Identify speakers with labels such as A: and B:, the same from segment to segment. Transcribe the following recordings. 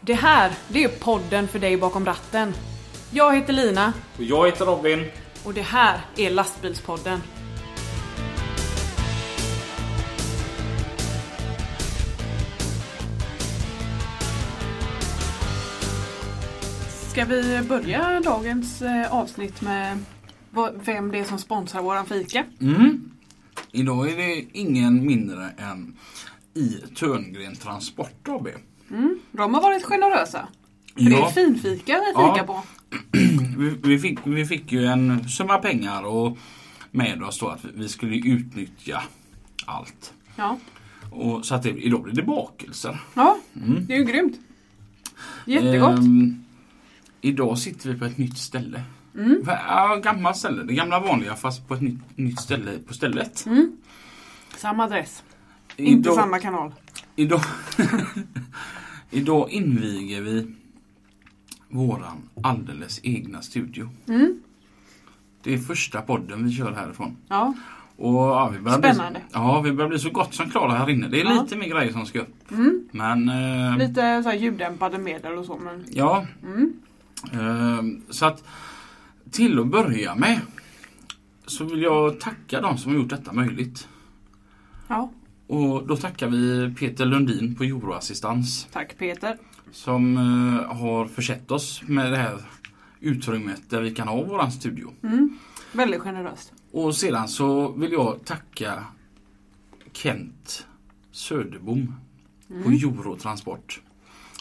A: Det här, det är podden för dig bakom ratten. Jag heter Lina
B: Och jag heter Robin.
A: och det här är Lastbilspodden. Ska vi börja dagens eh, avsnitt med vad- vem det är som sponsrar våran fika?
B: Mm. Idag är det ingen mindre än I Törngren Transport AB.
A: De har varit generösa. För Det är finfika vi fikar
B: Ja.
A: på.
B: vi, vi, fick, vi fick ju en summa pengar och med oss då att vi skulle utnyttja allt.
A: Ja.
B: Och så att det, idag blir det bakelser.
A: ja,
B: Mm.
A: det är ju grymt. Jättegott.
B: Ehm, idag sitter vi på ett nytt ställe.
A: Mm.
B: Va- Ja, gammalt ställe. Det gamla vanliga fast på ett nytt, nytt ställe på stället.
A: Samma adress, Mm. inte
B: Idag-
A: samma kanal.
B: Idag, idag inviger vi våran alldeles egna studio.
A: Mm.
B: Det är första podden vi kör härifrån.
A: Ja,
B: Och, ja, vi börjar
A: Spännande.
B: Bli, ja, vi börjar bli så gott som klara här inne. Det är
A: Ja. Mm.
B: lite mer grejer som ska upp. Men, eh,
A: lite Mm. så här ljuddämpade medel och så men
B: ja. Eh, så att, till att börja med så vill jag tacka de som har gjort detta möjligt.
A: ja,
B: Och då tackar vi Peter Lundin på Euroassistans.
A: tack Peter.
B: som eh, har försett oss med det här utrymmet där vi kan ha våran studio.
A: Väldigt generöst.
B: Och sedan så vill jag tacka Kent Söderbom på Eurotransport.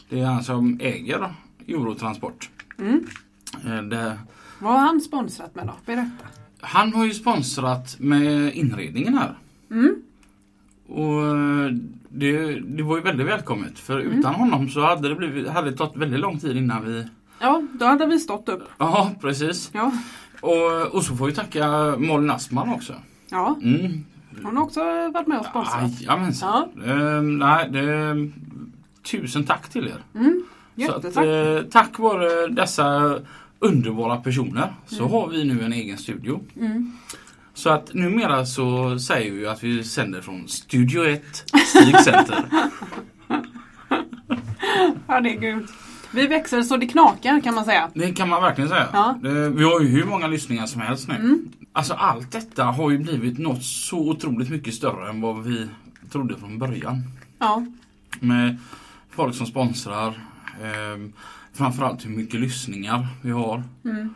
B: Det är han som äger Eurotransport. Eh, Det,
A: Vad har han sponsrat med då? Berätta.
B: han har ju sponsrat med inredningen här. Och eh, det, det var ju väldigt välkommet för utan honom så hade det, blivit, hade det tagit väldigt lång tid innan vi...
A: Ja, då hade vi stått upp.
B: Ja, precis.
A: Ja,
B: Och, och så får vi tacka Malin Aspman också.
A: ja
B: Mm.
A: hon har också varit med och sponsrat.
B: Jajamensan. Ehm, nej, det, tusen tack till er. Så att,
A: Jättetack.
B: eh, tack vare dessa underbara personer så har vi nu en egen studio.
A: Mm.
B: Så att numera så säger vi ju att vi sänder från Studio 1, Stig Center.
A: Ja, det är grymt. Vi växer så det knakar kan man säga.
B: Det kan man verkligen säga.
A: Ja.
B: Det, vi har ju hur många lyssningar som helst nu. Alltså allt detta har ju blivit något så otroligt mycket större än vad vi trodde från början.
A: Ja,
B: med folk som sponsrar. Eh, framförallt hur mycket lyssningar vi har.
A: Mm.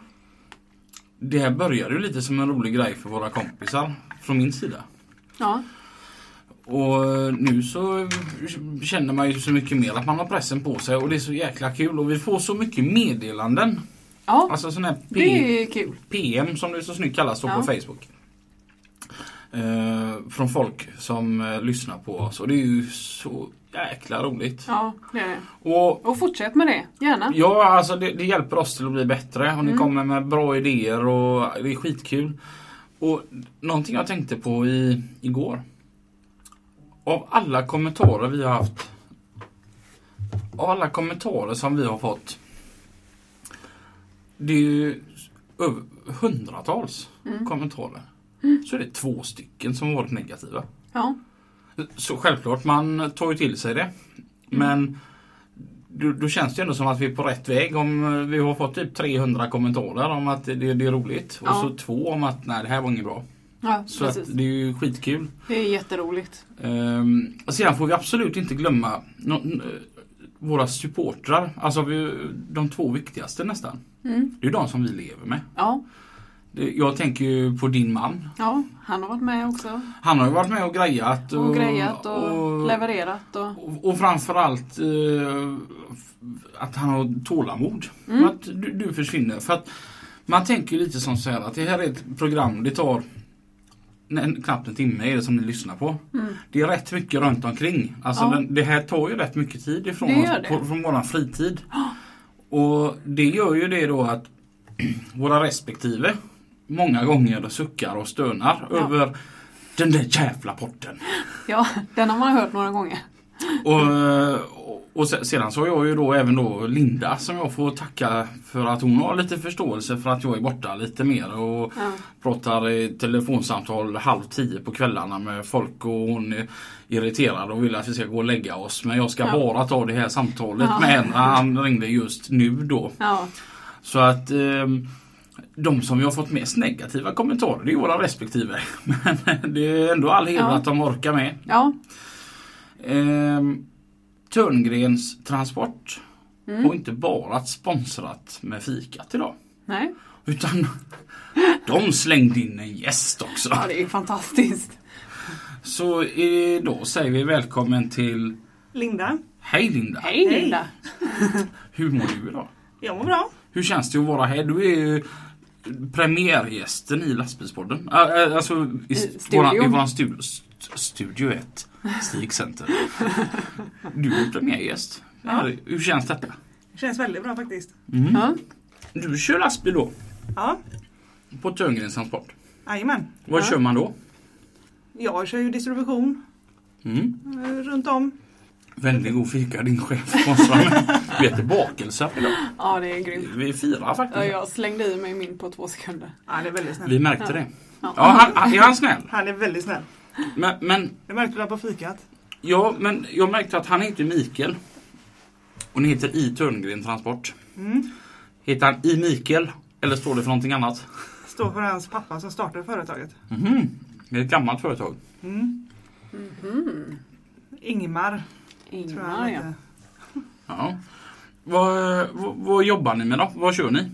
B: Det här började ju lite som en rolig grej för våra kompisar från min sida.
A: ja,
B: Och eh, nu så känner man ju så mycket mer att man har pressen på sig och det är så jäkla kul och vi får så mycket meddelanden.
A: ja.
B: Alltså sådana här P-
A: Det är kul.
B: PM som det så snyggt kallas då
A: Ja.
B: på Facebook. Eh, från folk som eh, lyssnar på oss och det är ju så jäkla roligt.
A: Ja, det är det.
B: Och
A: Och fortsätt med det, gärna.
B: Ja, alltså det, det hjälper oss till att bli bättre och ni kommer med bra idéer och det är skitkul. Och någonting jag tänkte på i, igår. Av alla kommentarer vi har haft. Av alla kommentarer som vi har fått. Det är ju över hundratals kommentarer. Så är det två stycken som varit negativa.
A: Ja,
B: Så självklart, man tar ju till
A: Mm.
B: sig det. Men då, då känns det ändå som att vi är på rätt väg. Om eh, Vi har fått typ 300 kommentarer om att det, det är roligt.
A: Ja.
B: Och så två om att nej, det här var inget bra.
A: ja
B: Så att,
A: precis.
B: det är ju skitkul.
A: Det är jätteroligt.
B: Ehm, och sedan får vi absolut inte glömma nå- n- eh, våra supportrar. Alltså vi, de två viktigaste nästan.
A: Mm.
B: Det är ju de som vi lever med.
A: Ja,
B: Det- Jag tänker ju på din man.
A: ja, han har varit med också.
B: Han har ju varit med och grejat.
A: Och grejat och,
B: och-
A: levererat och...
B: Och, och framförallt eh, f- att han har tålamod.
A: Mm.
B: Att du, du försvinner. För att man tänker ju lite som så här att det här är ett program, det tar en, knappt en timme är det som ni lyssnar på. Det är rätt mycket runt omkring. Alltså
A: Mm. Ja.
B: den, det här tar ju rätt mycket tid ifrån
A: Det
B: oss,
A: gör det.
B: på, från våran fritid. Och det gör ju det då att våra respektive många gånger suckar och stönar
A: Ja.
B: över den där jävla porten.
A: Ja, den har man hört några gånger.
B: Och, och, eh, Och se- sedan så har jag ju då även då Linda som jag får tacka för att hon har lite förståelse för att jag är borta lite mer och
A: Ja.
B: pratar i telefonsamtal halv tio på kvällarna med folk och hon är irriterad och vill att vi ska gå och lägga oss. Men jag ska
A: Ja.
B: bara ta det här samtalet
A: Ja.
B: med henne. Han ringde just nu då.
A: Ja.
B: Så att ehm, de som jag har fått mest negativa kommentarer det är våra respektive. Men det är ändå all heder
A: Ja.
B: att de orkar med.
A: ja.
B: Ehm, Törngrens transport har inte bara sponsrat med fikat idag.
A: Nej.
B: Utan de slängde in en gäst också.
A: Ja, det är ju fantastiskt.
B: Så idag säger vi välkommen till
C: Linda,
B: Hej Linda!
A: Hej
C: Hej.
A: Linda!
B: Hur mår du idag?
C: jag mår bra.
B: Hur känns det att vara här? Du är ju premiärgästen i lastbilspodden. Ä- ä- Alltså i,
A: I
B: I våran, i
A: studion.
B: våran stu, st- studio 1, Stig Center. Du är premiärgäst.
C: Ja.
B: Hur känns detta?
C: Det känns väldigt bra faktiskt.
A: Ja.
B: Du kör lastbil då?
C: Ja,
B: På Törngrens transport.
C: jajamän.
B: Vad
A: Ja.
B: kör man då?
C: Jag kör ju distribution
B: Mm.
C: eh, runt om.
B: Väldigt god fika din chef sponsrar med. Vi äter bakelse idag.
A: ja, det är grymt.
B: Vi firar
A: Ja,
B: faktiskt.
A: jag slängde i mig min på två sekunder.
C: Ja, det är väldigt snällt.
B: Vi märkte det.
A: Ja.
B: Ja, han, han, är han snäll?
C: Han är väldigt snäll.
B: Men, men,
C: Det märkte du på fikat.
B: ja, men jag märkte att han heter Mikael. Och ni heter I Törngren Transport.
C: Mm.
B: Heter han I Mikael? Eller står det för någonting annat?
C: Står för hans pappa som startade företaget.
B: Mhm. Det är ett gammalt företag.
C: Mm.
A: Mhm.
C: Ingmar, tror jag
A: Ingmar
C: han
A: ja.
C: heter.
B: Ja. Vad, vad, vad jobbar ni med då? Vad kör ni?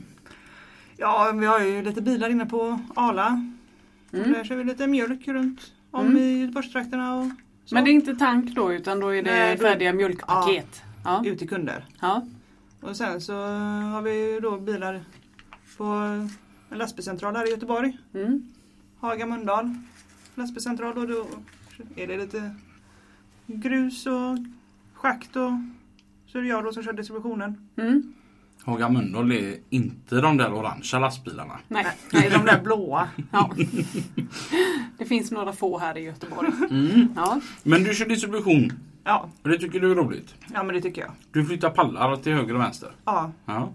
C: Ja, vi har ju lite bilar inne på Arla.
A: Mm.
C: Där kör vi lite mjölk runt om
A: Mm.
C: i Göteborgstrakterna och så.
A: Men det är inte tank då utan då är det
C: Nej, då-
A: färdiga mjölkpaket? Ja.
C: Ut till kunder.
A: ja.
C: Och sen så har vi ju då bilar på en lastbilscentral här i Göteborg.
A: Mm.
C: Haga Mölndal lastbilscentral och då är det lite grus och schakt och så är det jag då som kör distributionen.
A: Mm.
B: Haga Mölndal är inte de där orangea lastbilarna.
A: Nej.
C: Nej, de där blåa.
A: Ja. Det finns några få här i Göteborg.
B: Mm.
A: Ja.
B: Men du kör distribution
C: Ja,
B: och det tycker du är roligt?
C: ja men det tycker jag.
B: Du flyttar pallar till höger och vänster?
C: Ja,
B: Ja.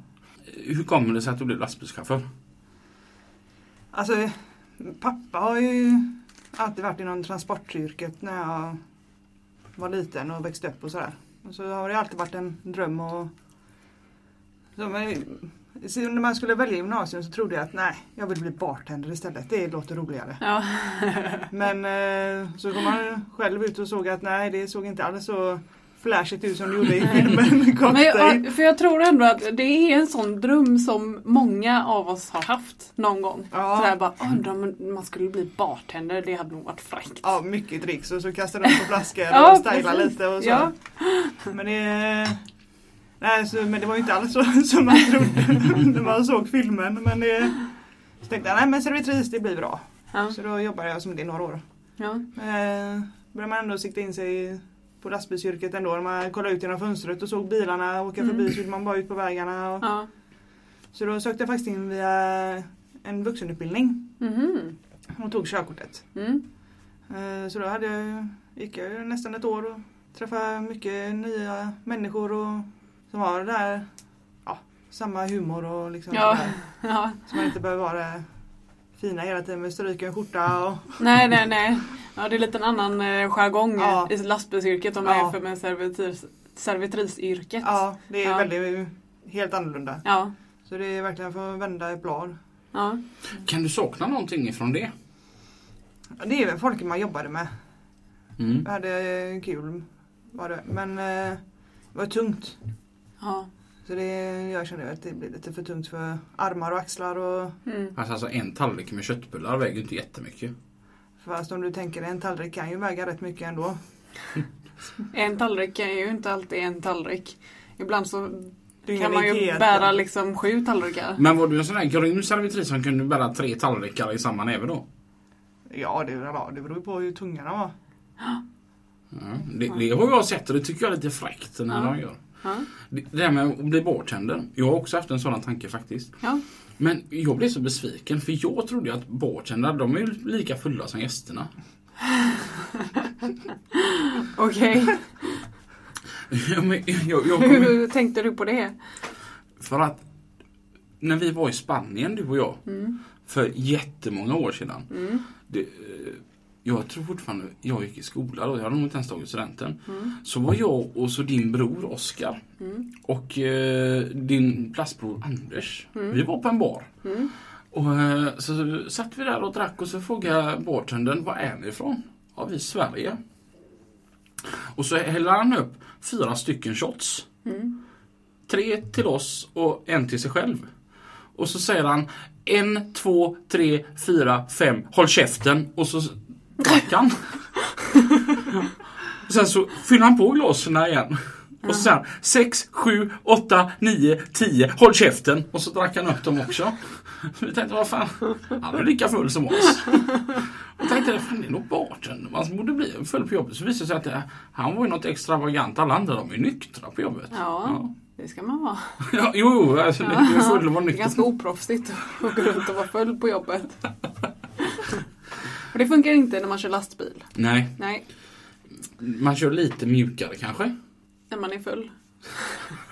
B: Hur kommer det sig att du blev lastbilschaufför?
C: alltså pappa har ju alltid varit inom transportyrket när jag var liten och växte upp och sådär. Och så har det alltid varit en dröm och så, men, så när man skulle välja gymnasium så trodde jag att nej, jag vill bli bartender istället. Det låter roligare.
A: Ja.
C: Men eh, så kom han själv ut och såg att nej, det såg inte alls så flashigt ut som det gjorde i filmen.
A: Men
C: Cocktail.
A: jag, för jag tror ändå att det är en sån dröm som många av oss har haft någon gång. Sådär
C: Ja,
A: bara, undrar om man skulle bli bartender, det hade nog varit fräckt.
C: ja, mycket dricks och så kastade de på flaskor
A: Ja,
C: och styla
A: precis.
C: lite och så.
A: Ja.
C: Men, det, nej, så, men det var ju inte alls så som man trodde när man såg filmen. Men det, så tänkte jag, nej men servitris det blir bra.
A: Ja.
C: Så då jobbade jag som det i några år.
A: Ja.
C: Eh, började man ändå sikta in sig på lastbilsyrket ändå. När man kollade ut genom fönstret och såg bilarna åka
A: Mm.
C: förbi så ville man bara ut på vägarna. Och,
A: Ja.
C: Så då sökte jag faktiskt in via en vuxenutbildning
A: Mhm.
C: och tog körkortet.
A: Mm.
C: Eh, Så då hade jag, ju- gick jag ju nästan ett år och träffade mycket nya människor och, som har det där, ja, samma humor och liksom
A: Ja.
C: det där,
A: Ja.
C: så man inte behöver vara fina hela tiden med stryka och skjorta och
A: Nej, nej, nej. Ja, det är lite en annan eh, jargong
C: Ja.
A: i lastbilsyrket om man
C: Ja.
A: jämför med servitris, servitrisyrket.
C: ja, det är
A: Ja.
C: väldigt, helt annorlunda.
A: Ja.
C: Så det är verkligen för att vända ett blad.
A: Ja.
B: Kan du sakna någonting ifrån det?
C: Ja, Det är väl folk man jobbade med.
B: Mm.
C: Jag hade kul, var det. men eh, det var tungt.
A: Ja.
C: Så det, jag känner att det blir lite för tungt för armar och axlar. Och,
A: Mm.
B: Alltså, alltså en tallrik med köttbullar väger ju inte jättemycket.
C: fast om du tänker en tallrik kan ju väga rätt mycket ändå.
A: En tallrik är ju inte alltid en tallrik. Ibland så
C: Du är
A: kan
C: ingen
A: man ju
C: diet.
A: bära liksom sju tallrikar.
B: Men var du en sån här grym servitris som kunde bära tre tallrikar i samma näve då?
C: Ja, det, ja, det beror ju på hur tunga de var.
B: Ja, det, det har jag sett och det tycker jag är lite fräckt när
A: Ja.
B: de gör.
A: Ja.
B: Det det där med att bli bartender. Jag har också haft en sådan tanke faktiskt.
A: Ja.
B: Men jag blev så besviken för jag trodde att bartendrar de är ju lika fulla som gästerna.
A: Okej.
B: Ja, men jag, jag kommer,
A: Hur tänkte du på det?
B: för att när vi var i Spanien, du och jag,
A: Mm.
B: för jättemånga år sedan.
A: Mm.
B: Det, eh, jag tror fortfarande, jag gick i skola då, jag hade nog inte ens tagit studenten.
A: Mm.
B: Så var jag och så din bror Oskar
A: Mm.
B: och eh, din plastbror Anders.
A: Mm.
B: Vi var på en bar.
A: Mm.
B: Och eh, så satt vi där och drack och så frågade bartendern, var är ni ifrån? Ja, vi är Sverige. Och så häller han upp fyra stycken shots.
A: Mm.
B: Tre till oss och en till sig själv. Och så säger han en, två, tre, fyra, fem, håll käften! Och så drack han. Och Sen så fyller han på glasen igen. Och sen sex, sju, åtta, nio, tio, håll käften! Och så drack han upp dem också. Så vi tänkte, vad fan, han är lika full som oss. Och tänkte, fan det är nog bartender man borde bli full på jobbet. Så visade det sig att det, han var ju något extravagant. Alla andra de är ju nyktra på jobbet.
A: Ja, det ska man vara.
B: Ja, jo, jo, alltså, det är full och var
A: Det är
B: nykter.
A: ganska oproffsigt att gå runt och vara full på jobbet. Och det funkar inte när man kör lastbil.
B: Nej,
A: Nej,
B: man kör lite mjukare kanske.
A: när man är full.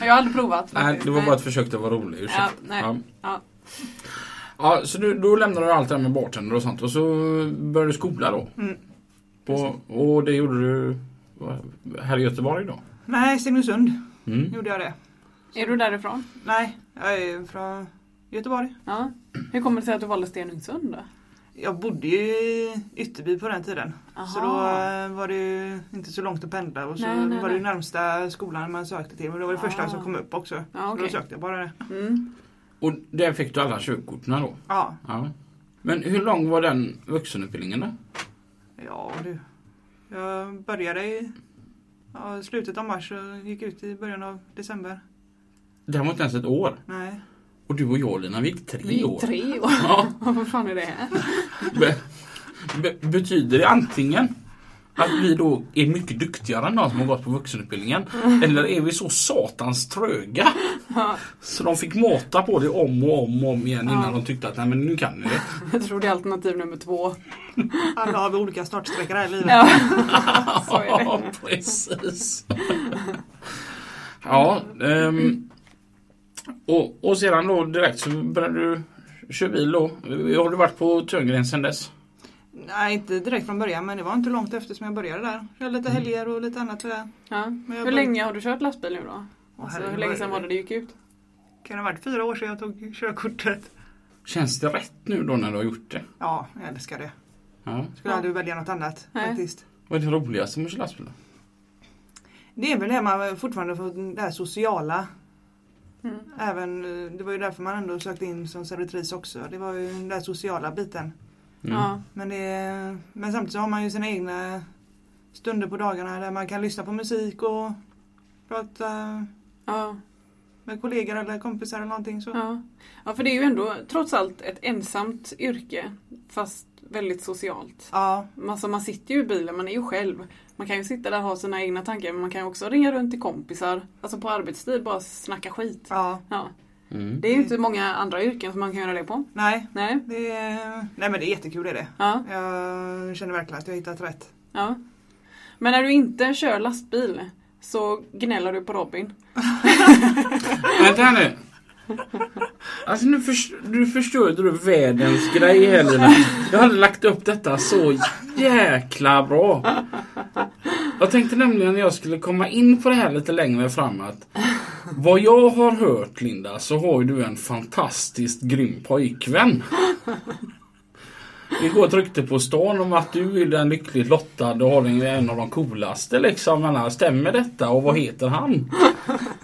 A: Jag har aldrig provat
B: Nej,
A: faktiskt.
B: det var bara ett försök att vara rolig. Ursäkta.
A: Ja, nej.
B: Ja.
A: Ja.
B: Ja, så du, då lämnade du allt det här med bartender och sånt och så började du skola då?
C: Mm.
B: Och, och det gjorde du vad- här i Göteborg då?
C: Nej, Stenungsund
B: Mm.
C: gjorde jag det.
A: Är du därifrån?
C: Nej, jag är ju från Göteborg.
A: Ja. Hur kommer det sig att du valde Stenungsund då?
C: Jag bodde ju i Ytterby på den tiden. Så då eh, var det ju inte så långt att pendla och så
A: Nej, nej,
C: var det ju
A: nej.
C: närmsta skolan man sökte till. Men det var det första
A: Ah.
C: som kom upp också.
A: Ja,
C: Så då
A: okej.
C: sökte jag bara det.
A: Mm.
B: Och där fick du alla körkorten då?
C: Ja,
B: Ja. Men hur lång var den vuxenutbildningen då?
C: ja du. Jag började i ja, slutet av mars och gick ut i början av december.
B: Det här var inte ens ett år.
C: Nej.
B: Och du och jag Lina, vi gick
A: Vi
B: tre
A: är
B: år.
A: Tre år?
B: Ja.
A: Vad fan är det här?
B: Be, be, betyder det antingen att vi då är mycket duktigare än de som har gått på vuxenutbildningen? Eller är vi så satans tröga? Så de fick mata på det om och om och om igen innan
A: Ja.
B: de tyckte att nej men nu kan ni det.
A: Jag tror det är alternativ nummer två.
C: Alla har vi olika startsträckor här i livet.
A: Ja. Så är det.
B: Ja, precis. Ja, ehm, och, och sedan då direkt så började du köra bil då. Har du varit på Törngren sedan dess?
C: Nej, inte direkt från början men det var inte långt efter som jag började där. Jag hade lite
B: Mm.
C: helger och lite annat sådär.
A: Ja.
C: Men jag
A: Hur
C: började-
A: länge har du kört lastbil nu då?
C: Åh,
A: Alltså, hur
C: herregud,
A: länge
C: vad-
A: sedan var det du gick ut?
C: Kan det ha varit fyra år sedan jag tog körkortet?
B: Känns det rätt nu då när du har gjort det?
C: Ja, jag älskar det.
B: Ja.
C: Skulle
A: Ja.
C: aldrig välja något annat
A: Nej.
C: faktiskt.
B: Vad är det roligaste med att köra lastbil? då?
C: Det är väl det man fortfarande får det här sociala.
A: Mm.
C: Även, eh, det var ju därför man ändå sökte in som servitris också. Det var ju den där sociala biten.
B: Mm.
A: Ja.
C: Men, det, men samtidigt så har man ju sina egna stunder på dagarna där man kan lyssna på musik och prata
A: Ja.
C: med kollegor eller kompisar eller någonting. Så.
A: Ja. ja, för det är ju ändå trots allt ett ensamt yrke fast väldigt socialt.
C: Ja,
A: Alltså, man sitter ju i bilen, man är ju själv. Man kan ju sitta där och ha sina egna tankar men man kan ju också ringa runt till kompisar. Alltså på arbetstid bara snacka skit.
C: ja,
A: Ja.
B: Mm.
A: Det är ju inte många andra yrken som man kan göra det på.
C: nej.
A: Nej.
C: Det är, nej men det är jättekul är det.
A: Ja.
C: Jag känner verkligen att jag har hittat rätt.
A: ja. Men när du inte kör lastbil så gnäller du på Robin.
B: Vänta här nu. Alltså nu förs- du förstörde du världens grej här Lina. Jag hade lagt upp detta så jäkla bra. Jag tänkte nämligen när jag skulle komma in på det här lite längre fram att vad jag har hört Linda så har ju du en fantastiskt grym pojkvän. Det går ett rykte på stan om att du är den lyckligt lottade och har den- en av de coolaste liksom. Men här, stämmer detta och vad heter han?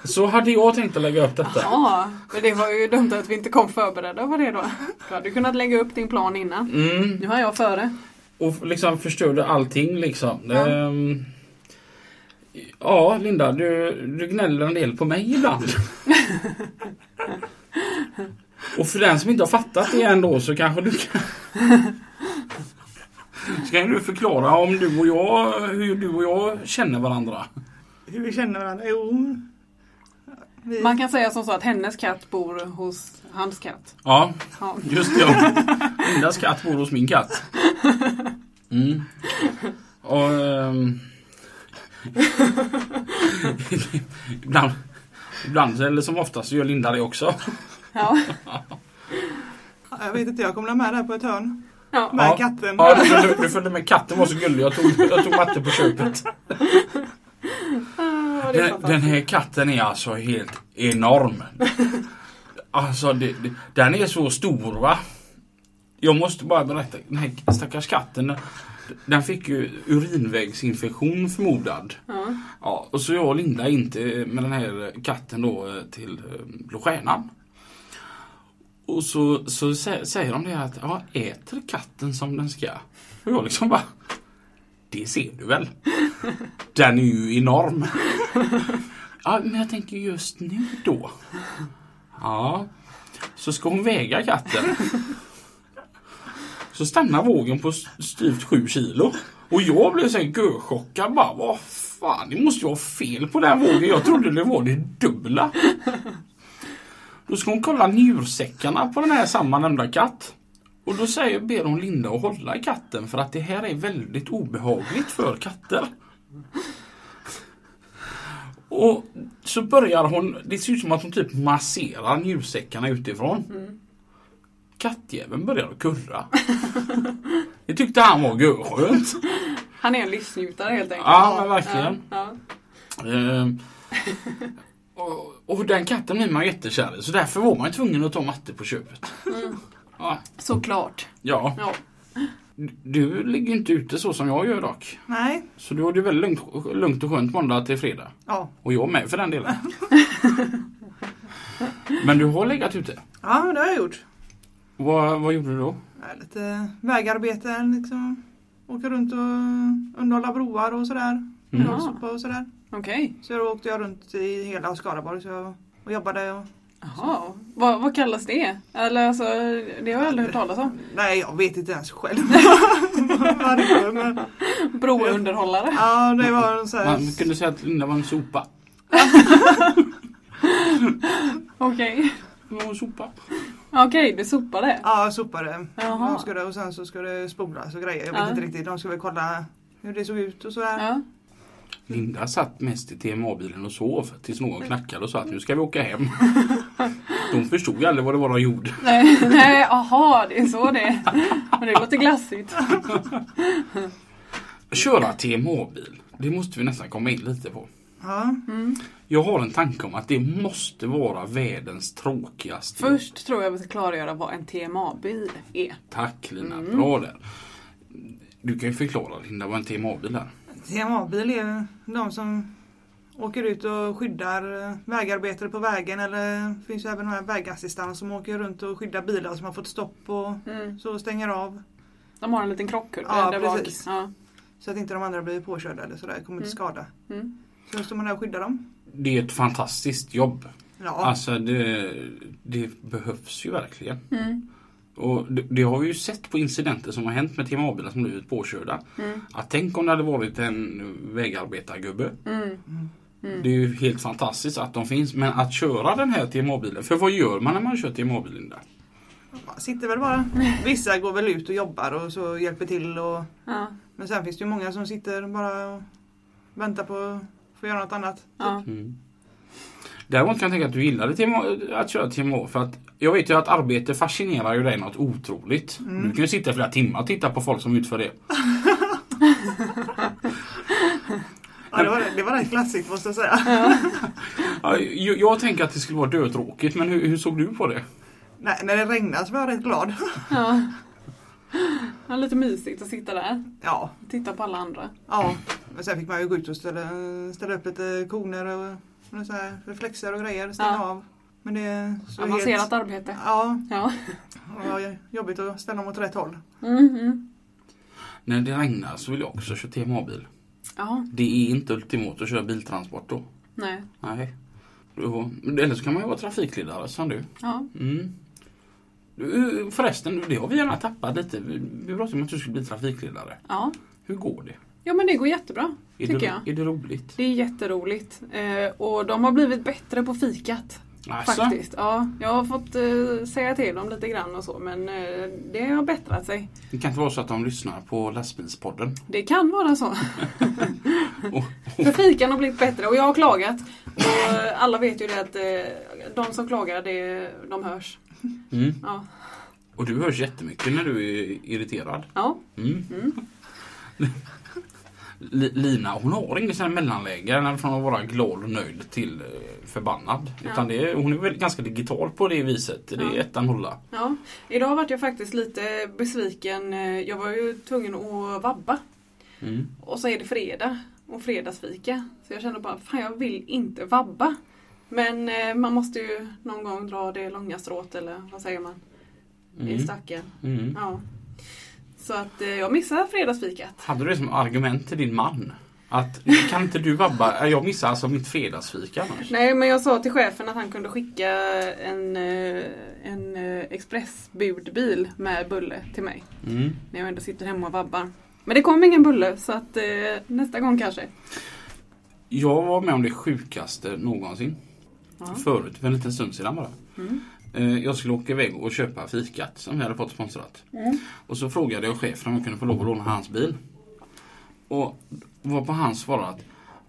B: Så hade jag tänkt att lägga upp detta.
A: Ja, men det var ju dumt att vi inte kom förberedda på det då. Du hade ju kunnat lägga upp din plan innan.
B: Mm.
A: Nu har jag före.
B: Och liksom förstörde allting liksom.
A: Ja.
B: Ehm, ja Linda, du, du gnäller en del på mig ibland. och för den som inte har fattat det ändå så kanske du kan... Så kan du förklara om du och jag, hur du och jag känner varandra?
C: Hur vi känner varandra? Jo. Vi,
A: Man kan säga som så att hennes katt bor hos hans katt.
B: Ja,
A: Ja.
B: just det. ja. Lindas katt bor hos min katt. Mm. Och, ehm, ibland, ibland, eller som oftast, så gör Linda det också.
A: Ja.
C: Ja, Jag vet inte, jag kommer la med det här på ett hörn.
A: ja.
C: Med
B: Ja.
C: katten.
B: Ja, du följde, du följde med katten var så gullig. Jag tog, jag tog matte på köpet.
D: Ah, det är
B: Den, den
D: fantastiskt.
B: här katten är alltså helt enorm. Alltså, det, det, den är så stor va. Jag måste bara berätta, den här stackars katten den- den fick ju urinvägsinfektion förmodad.
A: Ja.
B: Ja, och så jag och Linda inte med den här katten då eh, till eh, Blå Stjärnan. Och så, så sä, säger de det att, ja, äter katten som den ska? Och jag liksom bara, det ser du väl? Den är ju enorm. Ja, men jag tänker just nu då. Ja, så ska hon väga katten. Så stannar vågen på styvt 7 kilo. Och jag blev sen görchockad bara, vad fan, det måste ju ha fel på den här vågen. Jag trodde det var det dubbla. Då ska hon kolla njursäckarna på den här samma nämnda katt. Och då säger, ber hon Linda att hålla i katten för att det här är väldigt obehagligt för katter. Och så börjar hon, det ser ut som att hon typ masserar njursäckarna utifrån. Kattjäveln börjar kurra. Det tyckte han var görskönt.
A: Han är en livsnjutare helt enkelt.
B: Ja, men verkligen.
A: Ja.
B: Ehm, och, och den katten blir man jättekär i, så därför var man ju tvungen att ta matte på köpet. Ja,
A: Såklart.
B: ja.
A: Ja.
B: Du ligger ju inte ute så som jag gör dock.
C: Nej,
B: Så du har det väldigt lugnt, lugnt och skönt måndag till fredag.
C: ja.
B: Och jag med för den delen. Men du har legat ute.
C: Ja, det har jag gjort.
B: Vad, vad gjorde du då?
C: Ja, Lite vägarbeten liksom. Åka runt och underhålla broar och sådär.
B: Mm.
C: Och sopa och sådär.
A: Okej.
C: Så då åkte jag runt i hela Skaraborg så jag, och jobbade. Och,
A: Jaha. Vad, vad kallas det? Eller alltså, det har jag aldrig hört talas om.
C: nej, jag vet inte ens själv. Vad det var, men,
A: Brounderhållare.
C: ja, det var en sån här...
B: Man kunde säga att Linda var en sopa.
A: Okej.
B: Hon var en sopa.
A: Okej, du sopade.
C: Ja, sopade.
A: Jaha.
C: De skulle, och sen så skulle det spolas och grejer. Jag vet
A: Ja.
C: inte riktigt. De skulle väl kolla hur det såg ut och sådär.
A: Ja.
B: Linda satt mest i TMA-bilen och sov tills någon knackade och sa att nu ska vi åka hem. De förstod ju aldrig vad det var de gjorde.
A: Nej, nej, aha, det är så det är. Men det låter glassigt.
B: Köra TMA-bil, det måste vi nästan komma in lite på.
C: Ja.
B: Jag har en tanke om att det måste vara världens tråkigaste.
A: Först tror jag vi ska klargöra vad en TMA-bil är.
B: Tack Lina, bra där. Du kan ju förklara Linda vad en TMA-bil är.
C: TMA-bil är ju de som åker ut och skyddar eh, vägarbetare på vägen eller det finns ju även de här vägassistanter som åker runt och skyddar bilar som har fått stopp och så och stänger av
A: Mm. De har en liten krockkudde
C: Ja,
A: där bak.
C: precis.
A: Ja.
C: så att inte de andra blir påkörda eller sådär, kommer till skada.
A: Mm.
C: Så då står man där och skyddar dem.
B: Det är ett fantastiskt jobb.
C: Ja,
B: Alltså det, det behövs ju verkligen.
A: Mm.
B: Och det, det har vi ju sett på incidenter som har hänt med TMA-bilar som blivit påkörda.
A: Mm.
B: Att tänk om det hade varit en vägarbetargubbe.
A: Mm.
B: Det är ju helt fantastiskt att de finns. Men att köra den här TMA-bilen. För vad gör man när man kör TMA-bilen där?
C: man sitter väl bara. Vissa går väl ut och jobbar och så hjälper till och
A: Ja.
C: men sen finns det ju många som sitter bara och väntar på att få göra något annat.
A: Ja.
B: Mm. Däremot kan jag tänka att du gillade TMA, att köra TMA. För att jag vet ju att arbete fascinerar ju dig något otroligt.
A: Mm.
B: Du kan ju sitta i flera timmar och titta på folk som utför det.
C: Ja, det, var, det var rätt glassigt måste jag säga.
B: Ja, Jag, jag tänker att det skulle vara dötråkigt men hur, hur såg du på det?
C: Nej, när det regnade så var jag rätt glad.
A: Ja. Ja, lite mysigt att sitta där
C: Ja,
A: och titta på alla andra.
C: Ja, men sen fick man ju gå ut och ställa, ställa upp lite koner och, och så här, reflexer och grejer, stänga
A: Ja.
C: av. Men det är så
A: Avancerat arbete.
C: Ja,
A: Ja.
C: och det var jobbigt att ställa dem åt rätt håll.
A: Mm, mm.
B: När det regnar så vill jag också köra TMA-bil.
A: ja.
B: Det är inte ultimat att köra biltransport då.
A: Nej.
B: Nej. Då- Eller så kan man ju vara trafikledare som du.
A: Ja.
B: Mm. Du, Förresten, det har vi gärna tappat lite. Vi vi pratade om att du skulle bli trafikledare.
A: Ja.
B: Hur går det?
A: ja, men det går jättebra.
B: Är
A: Tycker
B: det,
A: jag.
B: Är det roligt?
A: Det är jätteroligt. Eh, och de har blivit bättre på fikat.
B: Alltså,
A: Faktiskt. Ja, jag har fått eh, säga till dem lite grann och så men eh, det har bättrat sig.
B: det kan inte vara så att de lyssnar på lastbilspodden.
A: Det kan vara så.
B: Och,
A: Trafiken har blivit bättre och jag har klagat. Och eh, alla vet ju det att eh, de som klagar, det, de hörs.
B: mm.
A: Ja.
B: och du hörs jättemycket när du är irriterad.
A: ja.
B: Mm.
A: Mm.
B: Li- Lina hon har inget sån här mellanläge när- från att vara glad och nöjd till eh, förbannad.
A: Ja.
B: Utan det är, hon är väl ganska digital på det viset. Det är
A: Ja.
B: ettan nolla.
A: Ja, idag vart jag faktiskt lite besviken. Eh, Jag var ju tvungen att vabba
B: Mm.
A: och så är det fredag och fredagsfika. Så jag kände bara, fan jag vill inte vabba. Men eh, man måste ju någon gång dra det långa strået eller vad säger man? I
B: Mm.
A: stacken.
B: Mm.
A: Ja. Så att eh, jag missade fredagsfikat.
B: Hade du det som argument till din man? Att kan inte du vabba? Jag missar alltså mitt fredagsfika annars.
A: Nej, men jag sa till chefen att han kunde skicka en, eh, en eh, expressbudbil med bulle till mig.
B: Mm.
A: När jag ändå sitter hemma och vabbar. Men det kom ingen bulle så att eh, nästa gång kanske.
B: Jag var med om det sjukaste någonsin.
A: Ja.
B: Förut, för en liten stund sedan bara.
A: Mm.
B: Eh, Jag skulle åka iväg och köpa fikat som vi hade fått sponsrat.
A: Mm.
B: Och så frågade jag chefen om jag kunde få lov att låna hans bil. Och var på han svarade att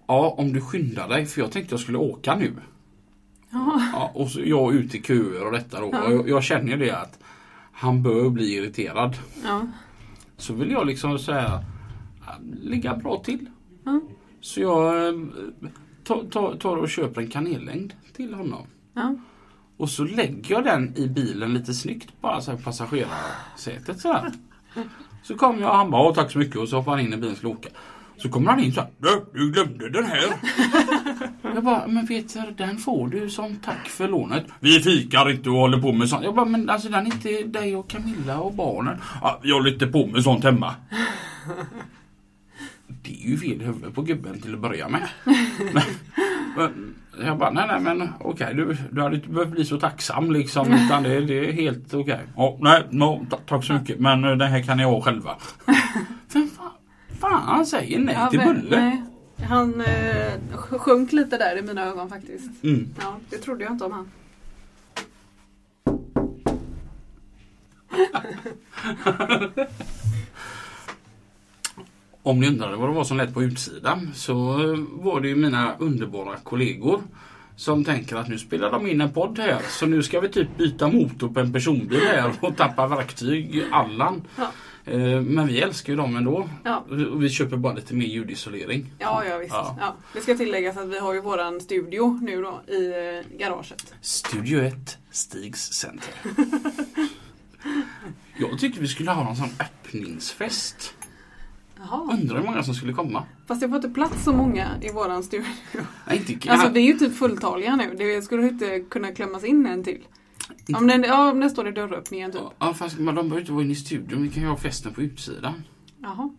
B: Ja, om du skyndar dig för jag tänkte jag skulle åka nu.
A: Ja.
B: Ja, och så jag ute i köer och detta då.
A: Ja.
B: Och jag, jag känner ju det att han bör bli irriterad.
A: ja.
B: Så vill jag liksom säga ja, ligga bra till.
A: Ja.
B: Så jag eh, tar, tar, tar och köper en kanellängd till honom.
A: ja.
B: Och så lägger jag den i bilen lite snyggt bara så här på passagerarsätet så här. Så kom jag och han bara "Ja, tack så mycket och så hoppade han in i bilen och skulle åka. Så kommer han in så här. Du, du glömde den här. Jag bara, men Peter den får du som tack för lånet. Vi fikar inte och håller på med sånt. Jag bara, men alltså den är inte dig och Camilla och barnen. Ja, vi håller inte på med sånt hemma. Det är ju fel i huvudet på gubben till att börja med. Men Jag bara, nej nej men okej du, du hade inte behövt bli så tacksam liksom utan det, det är helt okej. Ja, nej, no, ta- tack så mycket men eh, den här kan ni ha själva. Vem fan, fan säger nej
A: Ja,
B: till
A: men-
B: Bulle?
A: nej. Han eh, sj- sjönk lite där i mina ögon faktiskt.
B: Mm.
A: Ja, det trodde jag inte om han.
B: Om ni undrade vad det var som lät på utsidan så eh, var det ju mina underbara kollegor som tänker att nu spelar de in en podd här så nu ska vi typ byta motor på en personbil här och tappa verktyg, Allan.
A: Ja.
B: Eh, Men vi älskar ju dem ändå.
A: Ja,
B: Och vi köper bara lite mer ljudisolering.
A: ja, ja visst.
B: Ja.
A: Ja. Det ska tilläggas att vi har ju våran studio nu då i eh, garaget.
B: Studio 1, Stigs center. Jag tyckte vi skulle ha någon sån öppningsfest.
A: Jaha.
B: Undrar hur många som skulle komma.
A: Fast det var inte plats så många i våran studio.
B: Nej, inte
A: Alltså vi är ju typ fulltaliga nu. Det skulle ju inte kunna klämmas in en till. Om den, ja, om den står i dörröppningen typ.
B: Ja, fast men de behöver inte vara inne i studion. Vi kan ju ha festen på utsidan.
A: Jaha.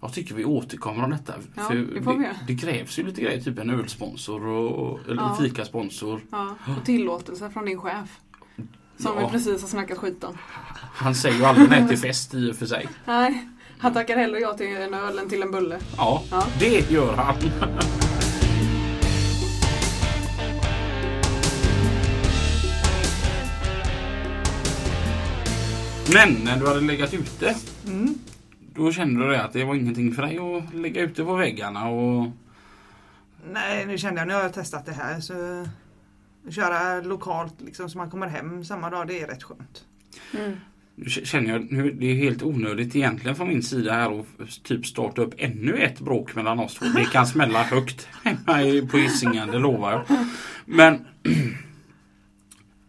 B: Jag tycker vi återkommer om detta.
A: Ja, det får vi
B: det,
A: göra.
B: det krävs ju lite grejer. Typ en ölsponsor och, eller en
A: Ja.
B: fikasponsor.
A: Ja. Och tillåtelse från din chef. Som
B: Ja.
A: vi precis har snackat skit om.
B: Han säger ju aldrig nej till fest i och för sig.
A: Nej, han tackar hellre ja till en öl än till en bulle.
B: Ja,
A: Ja.
B: det gör han. Men när du hade legat ute,
C: Mm.
B: då kände du det att det var ingenting för dig att lägga ute på väggarna och...
C: Nej, nu kände jag nu har jag testat det här så köra lokalt liksom så man kommer hem samma dag, det är rätt skönt.
B: Nu k- känner jag nu det är helt onödigt egentligen från min sida här att typ starta upp ännu ett bråk mellan oss två. Det kan smälla högt hemma i- på Hisingen, det lovar jag. Men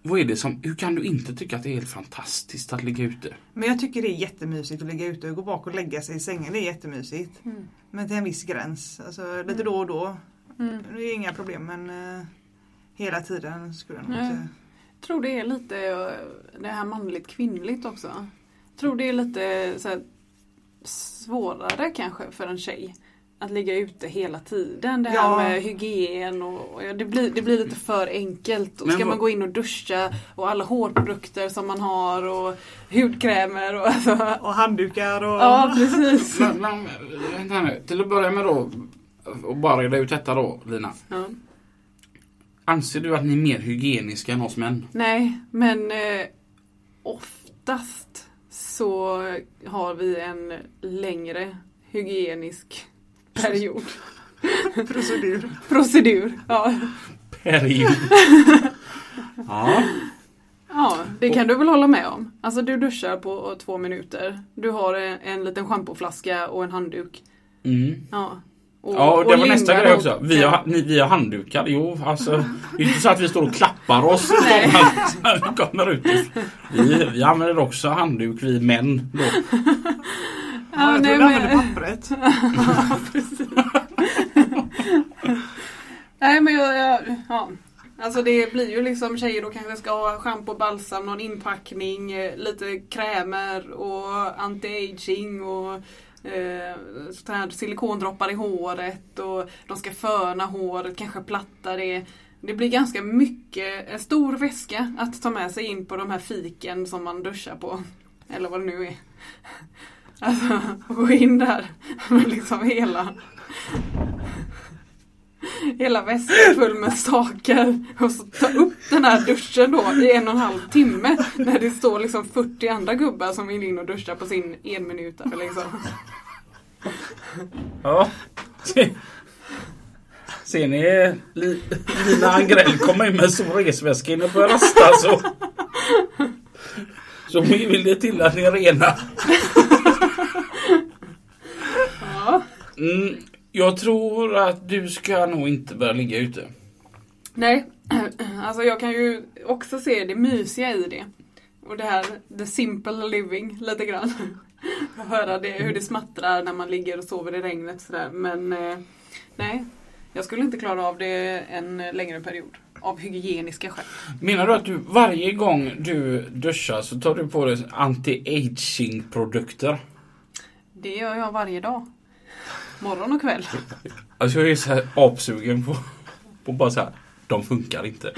B: vad är det som, hur kan du inte tycka att det är helt fantastiskt att ligga ute?
C: Men jag tycker det är jättemysigt att ligga ute och gå bak och lägga sig i sängen, det är jättemysigt.
A: Mm.
C: Men till en viss gräns, alltså lite då och då.
A: Mm.
C: Det är inga problem men eh, hela tiden skulle jag nog
A: Nej.
C: inte...
A: Jag tror det är lite eh, det här manligt kvinnligt också. Jag tror det är lite så här, svårare kanske för en tjej. Att ligga ute hela tiden. Det här
C: Ja.
A: med hygien och, och ja, det, blir, det blir lite för enkelt. Och
B: Men
A: ska
B: vad-
A: man gå in och duscha och alla hårprodukter som man har och hudkrämer och alltså.
C: Och handdukar och...
A: Ja precis.
B: Men, men, vänta nu, till att börja med då, och bara reda ut detta då Lina.
A: Ja.
B: Anser du att ni är mer hygieniska än oss män?
A: Nej, men eh, oftast så har vi en längre hygienisk period.
C: Procedur.
A: Procedur. Ja,
B: Period. ja.
A: ja det kan du väl hålla med om. Alltså du duschar på två minuter. Du har en, en liten schampoflaska och en handduk.
B: Mm.
A: Ja, och,
B: Ja, och det var nästa
A: lindar
B: grej
A: och-
B: också. Vi har, ni, vi har handdukar. Jo, alltså. Det är inte så att vi står och klappar oss
A: Nej.
B: när vi kommer ut. Vi, vi använder också handduk, vi män. Då.
C: Ja, jag
A: nej,
C: tror du
A: men-
C: använder pappret.
A: Ja, precis. Nej men jag, jag, ja. Alltså det blir ju liksom tjejer då kanske ska ha schampo, balsam, någon inpackning, eh, lite krämer och anti-aging och eh, sånt här silikondroppar i håret och de ska föna håret, kanske platta det. Det blir ganska mycket, en stor väska att ta med sig in på de här fiken som man duschar på. Eller vad det nu är. Alltså, att gå in där med liksom hela Hela väskan full med saker och så ta upp den här duschen då i en och en halv timme när det står liksom 40 andra gubbar som vill in och duscha på sin enminutare liksom.
B: Ja. Se- Ser ni Li- Lina Angrell komma in med en stor resväska inne på rasta så. Så vi vill det till att ni är rena.
A: Ja.
B: Mm, jag tror att du ska nog inte börja ligga ute.
A: Nej, alltså jag kan ju också se det mysiga i det. Och det här, the simple living, lite grann. Och Höra det, hur det smattrar när man ligger och sover i regnet sådär. Men eh, nej, jag skulle inte klara av det en längre period. Av hygieniska skäl.
B: Menar du att du varje gång du duschar så tar du på dig anti-aging produkter?
A: Det gör jag varje dag. Morgon och kväll.
B: Alltså jag är så här apsugen på, på bara så här. De funkar inte.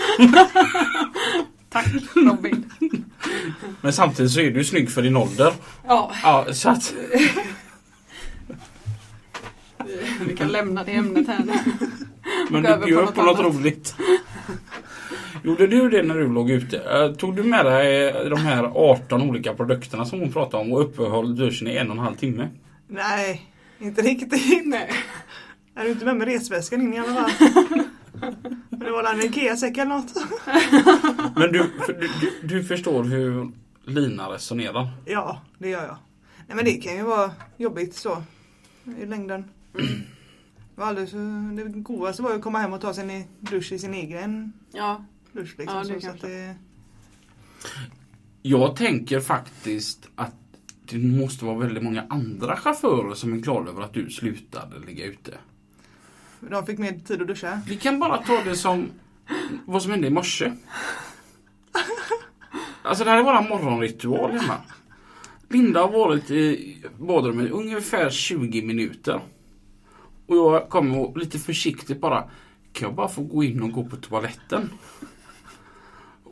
A: Tack Robin.
B: Men samtidigt så är du snygg för din ålder.
A: Ja,
B: Ja, så att
A: vi kan lämna det ämnet här nu.
B: Men
A: Gå över
B: du
A: på
B: bjöd
A: något
B: på något
A: annat.
B: roligt. Gjorde du det när du låg ute? Eh, Tog du med dig eh, de här 18 olika produkterna som hon pratade om och uppehöll duschen i en och en halv timme?
C: Nej, inte riktigt.
A: Nej.
C: Är du inte med med resväskan in i alla fall? Men det var väl en Ikea-säck eller något.
B: Men du, för, du, du, du förstår hur Lina resonerar?
C: Ja, det gör jag. Nej men det kan ju vara jobbigt så. I längden. Det var alldeles, det godaste var ju att komma hem och ta sin e- dusch i sin egen
A: Ja,
C: dusch.
A: Ja,
C: Liksom,
A: det
C: så, så
A: kanske.
C: att det,
B: Jag tänker faktiskt att det måste vara väldigt många andra chaufförer som är glada över att du slutade ligga ute.
C: de fick mer tid att duscha.
B: Vi kan bara ta det som vad som hände i morse. Alltså det här är våra morgonritual hemma. Linda har varit i badrummet i ungefär 20 minuter. Och jag kommer och lite försiktigt bara, kan jag bara få gå in och gå på toaletten?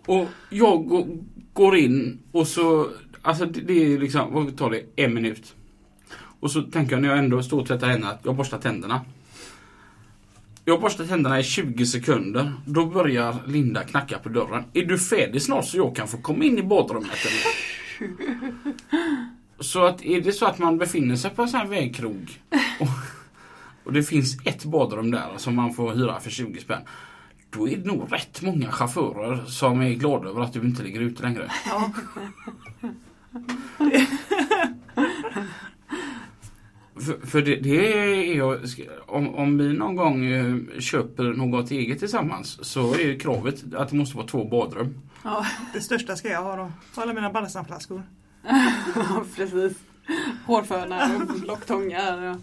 B: Och jag gå- går in och så, alltså det, det är liksom, vad tar det, en minut. Och så tänker jag när jag ändå står och tvättar händerna, att jag borstar tänderna. Jag borstar tänderna i 20 sekunder. Då börjar Linda knacka på dörren. Är du färdig snart så jag kan få komma in i badrummet eller? Så att är det så att man befinner sig på en sån här vägkrog och, och det finns ett badrum där som man får hyra för 20 spänn. Då är det nog rätt många chaufförer som är glada över att du inte ligger ute längre.
C: Ja.
B: För, för det, det är jag, om, om vi någon gång eh, köper något eget tillsammans så är ju kravet att det måste vara två badrum.
A: ja
C: Det största ska jag ha då. Alla mina balsamflaskor.
A: precis. Hårfönar och locktångar. och-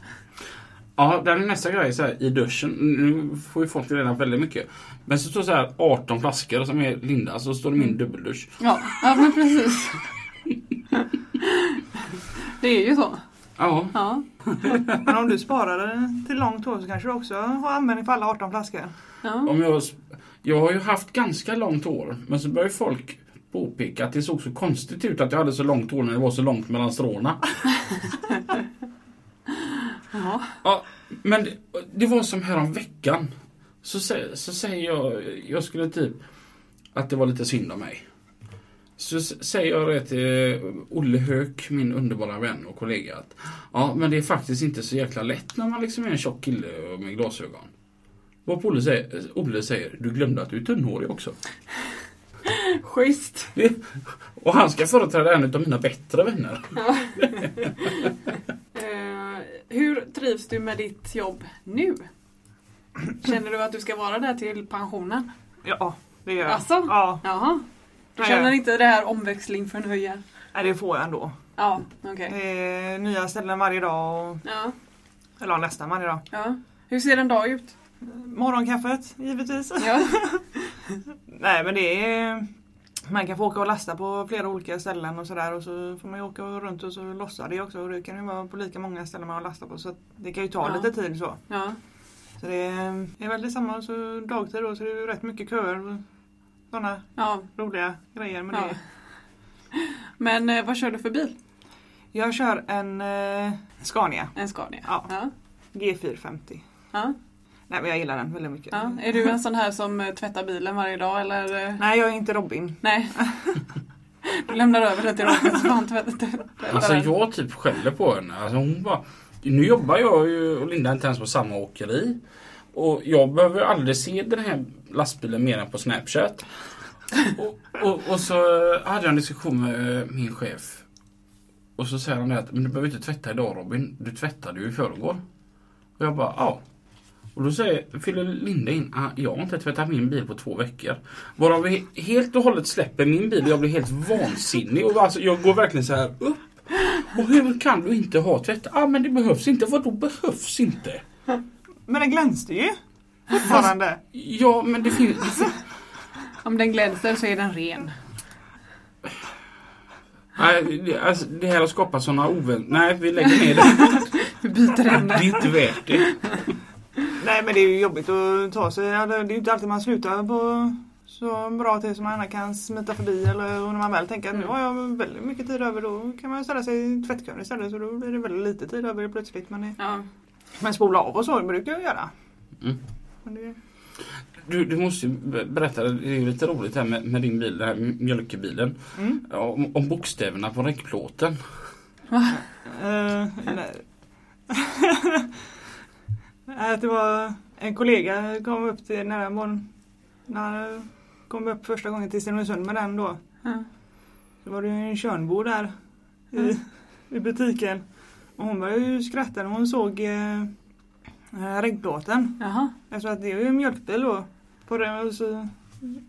B: Ja, den är nästa grej så här, i duschen. Nu får ju folk reda på väldigt mycket. Men så står det så här 18 flaskor som är Lindas och så står det min dubbeldusch.
A: Ja, ja men precis. Det är ju så.
B: Ja,
A: Ja.
C: Men om du sparade till långt hår så kanske du också har användning för alla 18 flaskor.
A: ja.
B: om jag, jag har ju haft ganska långt hår men så börjar ju folk påpeka att det såg så konstigt ut att jag hade så långt hår när det var så långt mellan stråna.
A: ja.
B: Ja, men det, det var som här om veckan. Så, sä- så säger jag, jag skulle typ att det var lite synd om mig. Så s- säger jag det till eh, Olle Höök, min underbara vän och kollega att ja, men det är faktiskt inte så jäkla lätt när man liksom är en tjock kille med glasögon. Vad Olle säger, Olle säger, du glömde att du är tunnhårig också.
A: Schysst.
B: Det, och han ska företräda en av mina bättre vänner.
A: Eh, hur trivs du med ditt jobb nu? Känner du att du ska vara där till pensionen?
C: Ja, det gör jag.
A: Alltså?
C: Ja,
A: Jaha. Du
C: Nej.
A: känner inte det här omväxling för en höja?
C: nej, det får jag ändå.
A: Ja, okej.
C: Eh, nya ställen varje dag, och,
A: Ja,
C: eller ja, nästan varje dag.
A: ja. Hur ser en dag ut?
C: Morgonkaffet, givetvis.
A: Ja.
C: Nej men det är... Man kan få åka och lasta på flera olika ställen och sådär och så får man ju åka runt och så lossa det också och det kan ju vara på lika många ställen man har lastat på så att det kan ju ta
A: Ja.
C: lite tid så.
A: ja.
C: Så det är, det är väl detsamma så dagtid då så det är ju rätt mycket köer och sådana
A: ja.
C: roliga grejer med
A: Ja.
C: det.
A: Men eh, vad kör du för bil?
C: Jag kör en eh, Scania
A: En Scania?
C: Ja.
A: Ja.
C: G450.
A: Ja.
C: Nej men jag gillar den väldigt mycket.
A: ja. Är du en sån här som eh, tvättar bilen varje dag eller? eh,
C: Nej jag är inte Robin.
A: Nej. Du lämnar över det till Robin så han tvättar tvättar
B: Alltså
A: den.
B: jag typ skäller på henne. Alltså hon bara, nu jobbar jag ju och Linda inte ens på samma åkeri. Och jag behöver ju aldrig se den här lastbilen mer än på Snapchat. Och, och, och så hade jag en diskussion med min chef. Och så säger han det att men du behöver inte tvätta idag Robin. Du tvättade ju i förrgår. Och jag bara ja. Och då säger, fyller Linda in ah, jag har inte tvättat min bil på två veckor. Varav vi helt och hållet släpper min bil och jag blir helt vansinnig. Och alltså, jag går verkligen så här upp. Och hur kan du inte ha tvätt? Ah men det behövs inte. Vadå behövs inte?
C: Men den glänste ju! Fortfarande.
B: Ja men det finns... Det finns
A: Om den glänser så är den ren.
B: nej, det, alltså, det här har skapat såna ovän... Nej vi lägger ner det.
A: Vi byter
B: Det
A: ämne.
B: är inte värt det.
C: Nej men det är ju jobbigt att ta sig. Alltså, Det är ju inte alltid man slutar på så bra tid som man gärna kan smita förbi. Eller och när man väl tänker att nu har jag väldigt mycket tid över då kan man ställa sig i tvättkön istället. Så då blir det väldigt lite tid över plötsligt. Men,
A: Ja.
C: men spola av och så det brukar jag göra.
B: Mm.
C: Men det,
B: Du, du måste ju be- berätta, det är ju lite roligt här med, med din bil, den här mjölkebilen.
C: mm.
B: Ja, Om, om bokstäverna på räckplåten.
C: Eh, nej. Att det var en kollega kom upp till när han var- när han kom upp första gången till Stenungsund med den då.
A: Ja.
C: Det var det ju en Tjörnbo där i,
A: Mm.
C: i butiken. Och hon började ju skratta när hon såg eh, eh, regnplåten.
A: Jaha.
C: Eftersom att det är ju en mjölkbil då. På den och, så,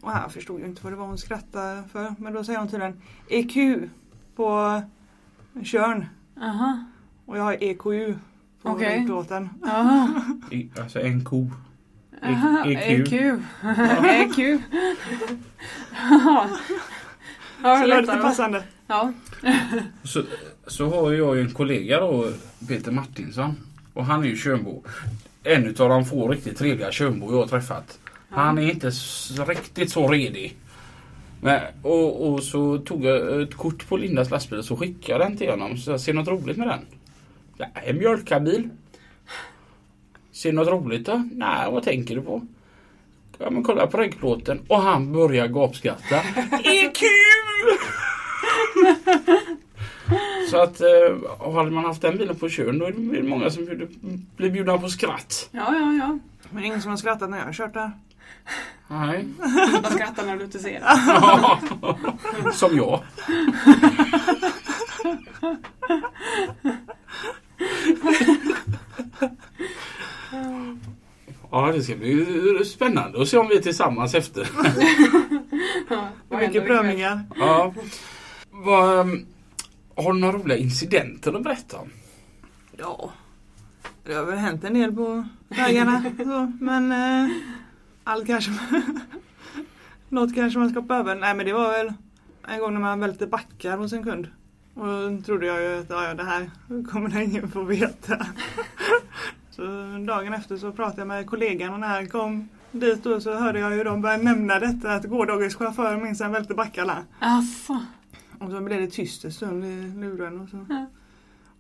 C: och han förstod ju inte vad det var hon skrattade för. Men då säger hon tydligen EQ på Tjörn
A: Jaha.
C: och jag har EKU på
A: Okej.
C: regnplåten.
A: Jaha.
B: I, alltså en ko. E-
A: Jaha. E
B: EQ.
A: EQ. EQ. Jaha. Ja, det
C: Så det var
A: lättar
C: lite
A: va?
C: passande.
A: Ja.
B: Så, så har jag ju en kollega då, Peter Martinsson. Och han är ju Tjörnbo. En utav de få riktigt trevliga Tjörnbo jag har träffat. Han är inte så, riktigt så redig. Men, och, och så tog jag ett kort på Lindas lastbil och så skickade jag den till honom. Så jag ser något roligt med den? Ja, en mjölkabil. Ser något roligt då? Nej, vad tänker du på? Ja men kolla på regplåten. Och han börjar gapskratta.
A: E
B: EQ! Så att eh, hade man haft den bilen på kön då är det många som bjuder, blir bjudna på skratt.
A: Ja, ja, ja.
C: Men ingen som har skrattat när jag har kört där.
B: Nej.
A: Jag skrattar när du inte ser det.
B: som jag. Ja det ska bli spännande att se om vi är tillsammans efter.
A: Ja,
C: Det är
A: vad
C: mycket
A: händer ikväll?
C: prövningar.
B: Ja. Vad, ehm, har du några roliga incidenter att berätta om?
C: Ja, det har väl hänt en del på vägarna. så, men eh, allt kanske... Något kanske man ska hoppa över. Nej men det var väl en gång när man välte backar hos en kund. Och då trodde jag ju att ja, ja, det här kommer nog ingen få veta. så dagen efter så pratade jag med kollegan och när han kom dit då så hörde jag ju dem börja nämna detta att gårdagens chaufför minsann välte backarna.
A: Alltså.
C: Och så blev det tyst en stund i luren och så.
A: Ja.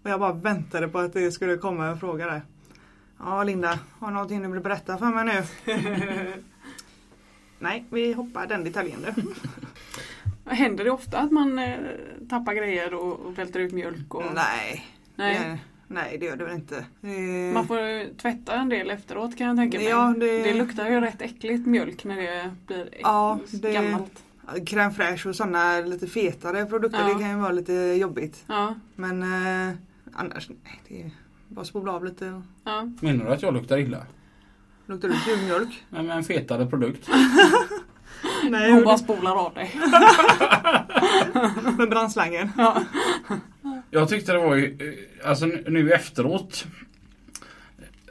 C: Och jag bara väntade på att det skulle komma en fråga där. Ja Linda, har du någonting du vill berätta för mig nu? Nej, vi hoppar den detaljen du.
A: Händer det ofta att man eh, tappar grejer och, och välter ut mjölk? Och,
C: Nej,
A: Nej.
C: Det, nej det gör det väl inte. Eh,
A: Man får ju tvätta en del efteråt kan jag tänka mig.
C: Ja,
A: det...
C: det-
A: luktar ju rätt äckligt mjölk när det blir äck-
C: Ja, det-
A: gammalt.
C: Crème fraîche och sådana lite fetare produkter
A: Ja.
C: det kan ju vara lite jobbigt.
A: Ja,
C: Men eh, annars, nej det är bara spola av lite.
A: ja.
B: Menar du att jag luktar illa?
C: Luktar du surmjölk?
B: Nej, men en fetare produkt.
C: Nej,
A: Hon
C: hur-
A: bara spolar av dig.
C: med brandslangen.
A: Ja.
B: Jag tyckte det var ju, eh, alltså nu- nu efteråt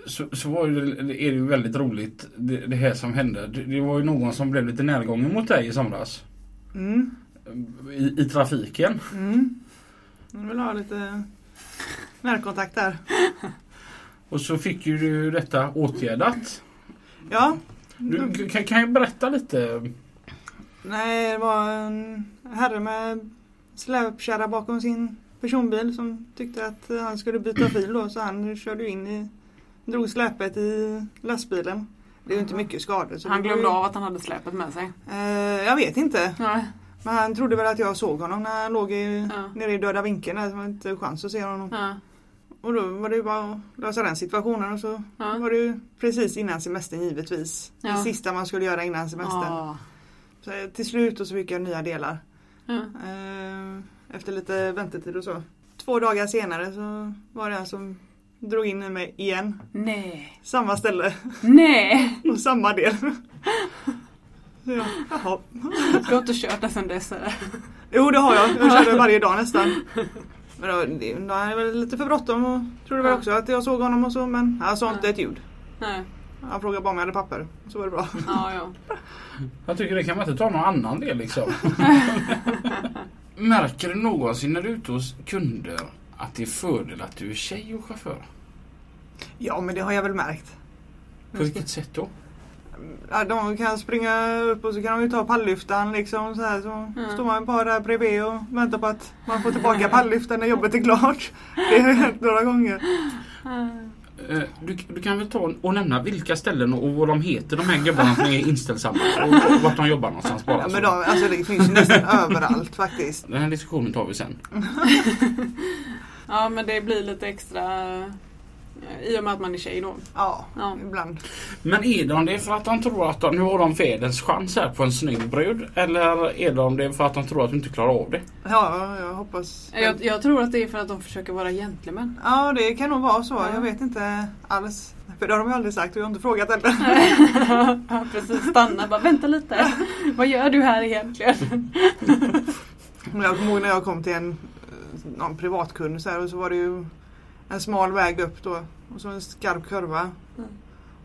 B: så, så var ju, det- är det ju väldigt roligt det, det här som hände. Det, det var ju någon som blev lite närgången mot dig i somras.
C: Mm,
B: I, i trafiken.
C: mm. Jag vill ha lite närkontakt där.
B: Och så fick ju du detta åtgärdat.
C: Ja, Mm.
B: Du, kan, kan jag berätta lite?
C: Nej, det var en herre med släpkärra bakom sin personbil som tyckte att han skulle byta fil då så han körde ju in i, drog släpet i lastbilen. Det är ju inte mycket skador. Så
A: Han
C: det var
A: glömde
C: ju,
A: av att han hade släpet med sig.
C: Eh, jag vet inte.
A: Ja.
C: Men han trodde väl att jag såg honom när han låg i,
A: Ja.
C: nere i döda vinkeln där. så Det var inte chans att se honom.
A: Ja.
C: Och då var det ju bara att lösa den situationen och så
A: Ja.
C: var det ju precis innan semestern givetvis.
A: Ja.
C: Det sista man skulle göra innan semestern.
A: Ja.
C: Så, eh, till slut och så fick jag nya delar.
A: Ja.
C: Eh, Efter lite väntetid och så. Två dagar senare så var det en som drog in i mig igen.
A: Nej.
C: Samma ställe
A: Nej.
C: och samma del. Så jag, jaha.
A: Du har inte kört det sen dess. eller?
C: Jo det har jag, jag körde varje dag nästan. Men då, det, då hade jag väl lite för bråttom och trodde väl
A: Ja.
C: också att jag såg honom och så men han sa inte
A: Ja.
C: ett ljud.
A: Nej.
C: Han frågade bara om jag hade papper. Så var det bra.
A: Ja, ja.
B: Jag tycker det kan man inte ta någon annan del liksom. Märker du någonsin när du är ute hos kunder att det är fördel att du är tjej och chaufför?
C: Ja men det har jag väl märkt.
B: På vilket sätt då?
C: Ja, de kan springa upp och så kan de ju ta palllyftan liksom så här så står man bara där bredvid och väntar på att man får tillbaka palllyftan när jobbet är klart. Det har hänt några gånger.
B: Eh, Du, du kan väl ta och- och nämna vilka ställen och och vad de heter de här gubbarna som är inställsamma och och vart de jobbar någonstans bara.
C: Ja,
B: så.
C: men de, alltså, det finns ju nästan överallt faktiskt.
B: Den här diskussionen tar vi sen.
A: Ja, men det blir lite extra eh, i och med att man är tjej då.
C: Ja,
A: Ja.
C: ibland.
B: Men är de det för att de tror att de, nu har de världens chans här på en snygg brud? Eller är de det för att de tror att du inte klarar av det?
C: Ja, jag hoppas.
A: Jag, jag tror att det är för att de försöker vara gentlemän.
C: Ja, det kan nog vara så.
A: Ja.
C: Jag vet inte alls. För det har de ju aldrig sagt och jag har inte frågat heller.
A: Ja, precis. Stanna bara, vänta lite. Vad gör du här egentligen?
C: Men jag kommer ihåg när jag kom till en eh, någon privatkund så här, och så var det ju en smal väg upp då och så en skarp kurva.
A: Mm.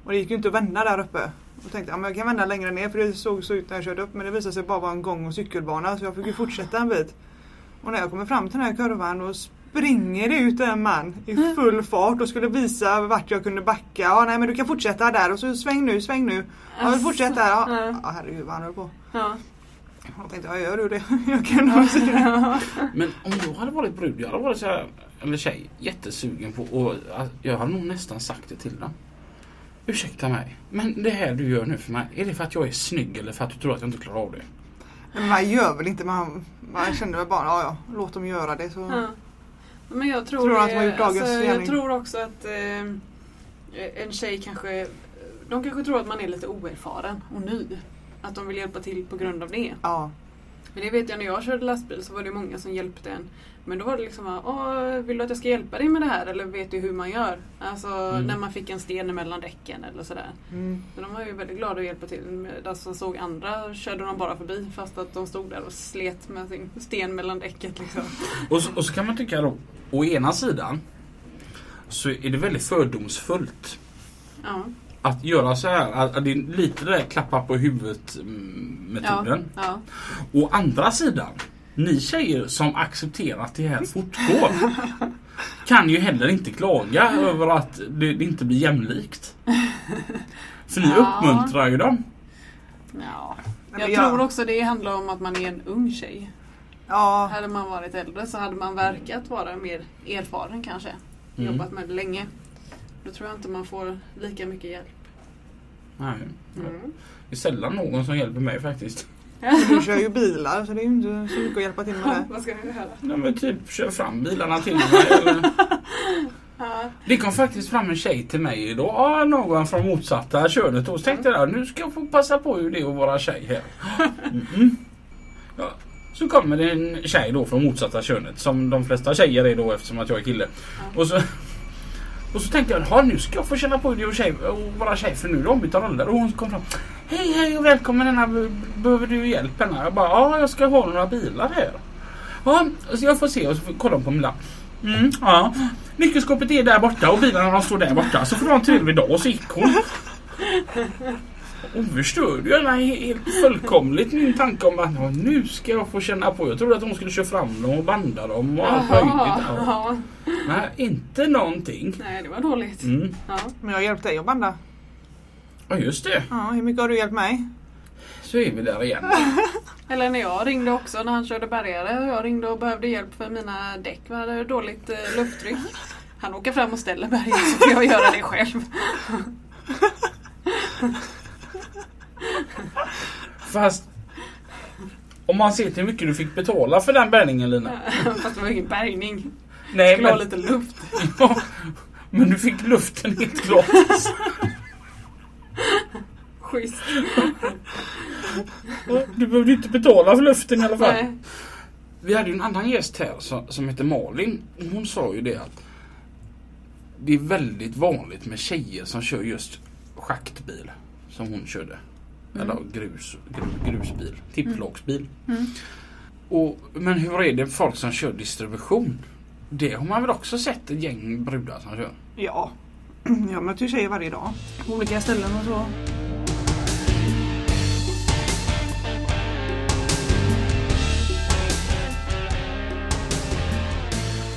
C: Och det gick ju inte att vända där uppe. Och tänkte ja, men jag kan vända längre ner för det såg så ut när jag körde upp men det visade sig bara vara en gång och cykelbana så jag fick ju fortsätta en bit. Och när jag kommer fram till den här kurvan då springer det ut en man i full fart och skulle visa vart jag kunde backa. Ja, nej men du kan fortsätta där och så sväng nu, sväng nu. Ja, men fortsätt där. Ja,
A: Mm.
C: ja herregud vad han höll på.
A: Ja.
C: Jag tänkte, ja gör du det? Jag kan nog se det.
B: Men om jag hade varit brud, jag hade varit så här, eller tjej, jättesugen på och att- jag hade nog nästan sagt det till dem. Ursäkta mig, men det här du gör nu för mig, är det för att jag är snygg eller för att du tror att jag inte klarar av det?
C: Men man gör väl inte, man, man kände väl bara ja, ja, låt dem göra det. Så.
A: Ja. Men jag tror,
C: Tror du att
A: det-
C: man har gjort dagens
A: alltså, Jag
C: gärning?
A: tror också att eh, en tjej kanske De kanske tror att man är lite oerfaren och ny. Att de vill hjälpa till på grund av det.
C: Ja.
A: Men det vet jag när jag körde lastbil så var det många som hjälpte en. Men då var det liksom bara, Åh, vill du att jag ska hjälpa dig med det här eller vet du hur man gör? Alltså
B: Mm.
A: när man fick en sten mellan däcken eller sådär.
C: Mm.
A: Så de var ju väldigt glada att hjälpa till. Medan som såg andra körde de bara förbi fast att de stod där och slet med sin sten mellan däcket liksom.
B: Och så, och så kan man tycka då, å ena sidan så är det väldigt fördomsfullt
A: Ja.
B: att göra så här. Att, att det är lite det där klappa på huvudet mm,
A: Ja.
B: metoden.
A: ja.
B: Å andra sidan, ni tjejer som accepterar att det här fortgår kan ju heller inte klaga över att det, det inte blir jämlikt. För ni
A: Ja.
B: uppmuntrar ju dem.
A: ja.
C: Men
A: Jag
C: det gör-
A: tror också det handlar om att man är en ung tjej.
C: Ja,
A: Hade man varit äldre så hade man verkat vara mer erfaren kanske.
B: Mm.
A: Jobbat med det länge. Då tror jag inte man får lika mycket hjälp.
B: Nej.
A: Mm.
B: Det är sällan någon som hjälper mig faktiskt.
C: Du kör ju bilar så det är ju inte så mycket att hjälpa till med det.
A: Vad ska jag göra?
B: De men typ kör fram bilarna till mig. eller-
A: Ja.
B: Det kom faktiskt fram en tjej till mig idag. Ja, någon från motsatta könet. Och så tänkte jag nu ska jag få passa på hur det är att vara tjej här. Mm. Ja. Så kommer det en tjej då från motsatta könet som de flesta tjejer är då eftersom att jag är kille. Och så, och så tänkte jag "Ja, nu ska jag få känna på hur det är att tjej- att vara tjej för nu är det ombytta roller. Och hon kom fram. Hej hej och välkommen Anna. Be- Behöver du hjälp Anna? Jag bara ja jag ska ha några bilar här. Ja, så jag får se och så kollar på min lapp. Mm, ja. Nyckelskåpet är där borta och bilarna de står där borta. Så får du ha en trevlig dag. Och så gick hon. Hon förstörde ju hela helt fullkomligt min tanke om att ja, nu ska jag få känna på. Jag trodde att hon skulle köra fram dem och banda dem och allt
A: Jaha,
B: möjligt. Ja.
A: ja.
B: Nej, inte någonting.
A: Nej, det var dåligt.
B: Mm.
A: Ja.
C: Men jag har hjälpt dig att banda.
B: Ja, just det.
C: Ja, hur mycket har du hjälpt mig?
B: Så är vi där igen.
A: Eller när jag ringde också när han körde bärgare. Jag ringde och behövde hjälp för mina däck. Vi hade dåligt eh, lufttryck. Han åker fram och ställer berget så får jag göra det själv.
B: Fast om man ser till hur mycket du fick betala för den bärgningen Lina.
A: Fast det var ingen bärgning.
B: Nej,
A: Skulle ha
B: men,
A: lite luft.
B: ja, men du fick luften helt gratis.
A: Schysst.
B: Du behövde inte betala för luften i alla fall.
A: Nej.
B: Vi hade ju en annan gäst här som, som heter Malin. Hon sa ju det att det är väldigt vanligt med tjejer som kör just schaktbil. Som hon körde. Eller grus, gru- grusbil. Tippflaksbil.
A: Mm.
B: Och, men hur är det med folk som kör distribution? Det har man väl också sett ett gäng brudar som kör?
C: Ja, jag möter ju tjejer varje dag. På olika ställen och så.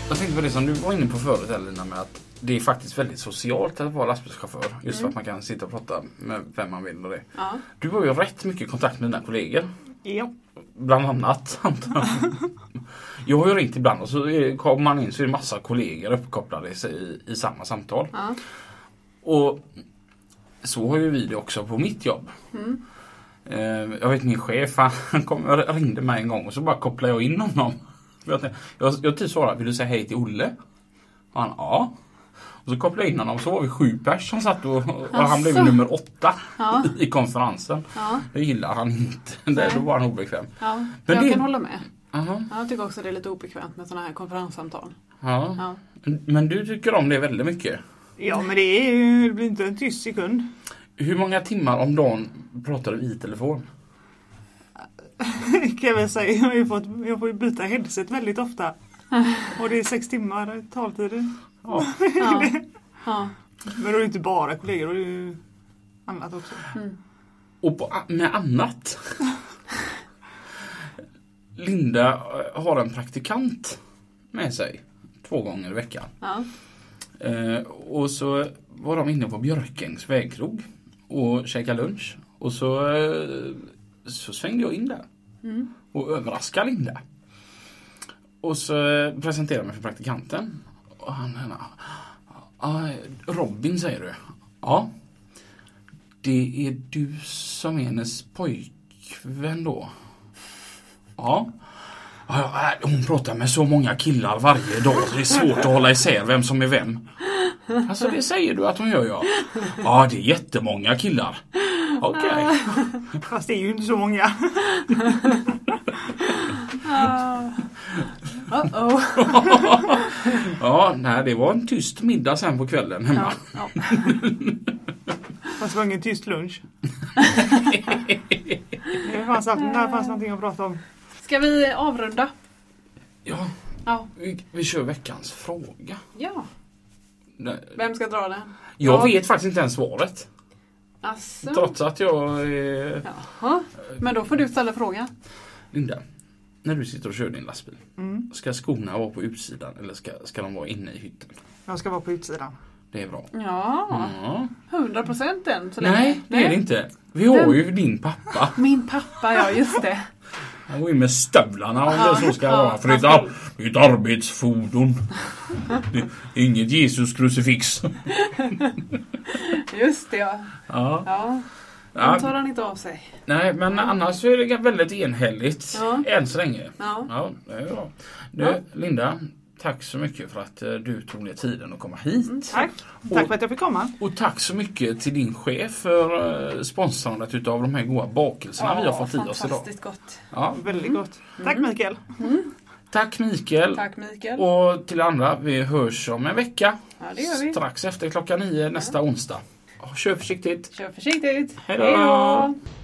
B: Jag tänkte på det som du var inne på förut Elina med att det är faktiskt väldigt socialt att vara lastbilschaufför. Just
A: Mm.
B: för att man kan sitta och prata med vem man vill och det.
A: Ja.
B: Du har ju rätt mycket kontakt med dina kollegor.
C: Ja.
B: Bland annat antar jag. Jag har ju ringt ibland och så är- kommer man in så är det massa kollegor uppkopplade i, i, i samma samtal.
A: Ja.
B: Och så har ju vi det också på mitt jobb.
A: Mm.
B: Eh, Jag vet min chef han kom, ringde mig en gång och så bara kopplade jag in honom. För Jag, tänkte- jag, jag typ svarade, vill du säga hej till Olle? Och han, ja. Och så kopplade jag in honom och så var vi sju pers som satt och, och han blev
A: Asså.
B: nummer åtta
A: Ja.
B: i konferensen.
A: Ja.
B: Det gillar han inte. Där, då var han obekväm.
A: ja.
B: Men
A: Jag
B: det-
A: kan hålla med.
B: Aha.
A: Ja, Jag tycker också det är lite obekvämt med sådana här konferenssamtal.
B: Ja.
A: Ja.
B: Men du tycker om det väldigt mycket.
C: ja, men det, är ju, det blir inte en tyst sekund.
B: Hur många timmar om dagen pratar du i telefon?
C: kan jag väl säga. Jag, har ju fått, jag får ju byta headset väldigt ofta. Och det är sex timmar taltider.
A: Ja. Ja.
C: Men då är det inte bara kollegor, då är det ju annat också.
B: Och på, med annat. Linda eh, har en praktikant med sig två gånger i veckan.
A: Ja.
B: Eh, och så var de inne på Björkängs vägkrog och käkade lunch. Och så, eh, så svängde jag in där
A: Mm.
B: och överraskade Linda. Och så eh, presenterade jag mig för praktikanten. Och han henne. "Ah, Robin säger du? Ja. Det är du som är hennes pojkvän då? Ja. "Ja, ja, äh, Hon pratar med så många killar varje dag så det är svårt att hålla isär vem som är vem. Alltså det säger du att hon gör ja. Ja det är jättemånga killar. Okej.
C: Fast det är ju inte så många.
A: Ah. Uh-oh.
B: Ja, nej det var en tyst middag sen på kvällen hemma.
A: Ja. Ja.
C: Fast det var ingen tyst lunch. det fanns alltid, där fanns någonting att prata om.
A: Ska vi avrunda?
B: Ja,
A: Ja.
B: vi, vi kör veckans fråga.
A: ja.
B: Nej,
A: Vem ska dra den?
B: Jag
A: Ja.
B: vet faktiskt inte ens svaret.
A: Alltså.
B: Trots att jag... Eh,
A: Jaha. Men då får du ställa frågan.
B: Linda, när du sitter och kör din lastbil.
C: Mm.
B: Ska skorna vara på utsidan eller ska, ska de vara inne i hytten?
C: Jag ska vara på utsidan.
B: Det är bra.
A: Ja.
B: Ja.
A: 100 procent än så länge.
B: Nej, det är det inte. Vi har
A: Vem?
B: ju din pappa.
A: Min pappa, ja just det.
B: Han går in med stövlarna om det så ska
A: Ja,
B: vara. För det är ett,
A: han
B: ar- det är ett arbetsfordon. Det är inget Jesus krucifix.
A: Just det ja.
B: Ja.
A: ja.
B: Ja,
A: Den tar han inte av sig.
B: nej, men annars så är det väldigt enhälligt
A: Ja.
B: än så länge.
A: Ja.
B: Ja, det är bra. Du,
A: Ja.
B: Linda, tack så mycket för att eh, du tog dig tiden att komma hit.
A: Mm,
C: Tack. Tack för att jag fick komma.
B: Och tack så mycket till din chef för eh, sponsrandet utav de här goda bakelserna vi har fått i oss idag.
A: fantastiskt gott.
B: Ja.
C: Väldigt gott. Tack Mikael.
B: Tack Mikael.
A: Tack Mikael.
B: Och till andra, vi hörs om en vecka.
A: Ja, det gör vi.
B: Strax efter klockan nio nästa onsdag. Kör försiktigt.
A: Kör försiktigt.
B: Hej då.
A: Hej då.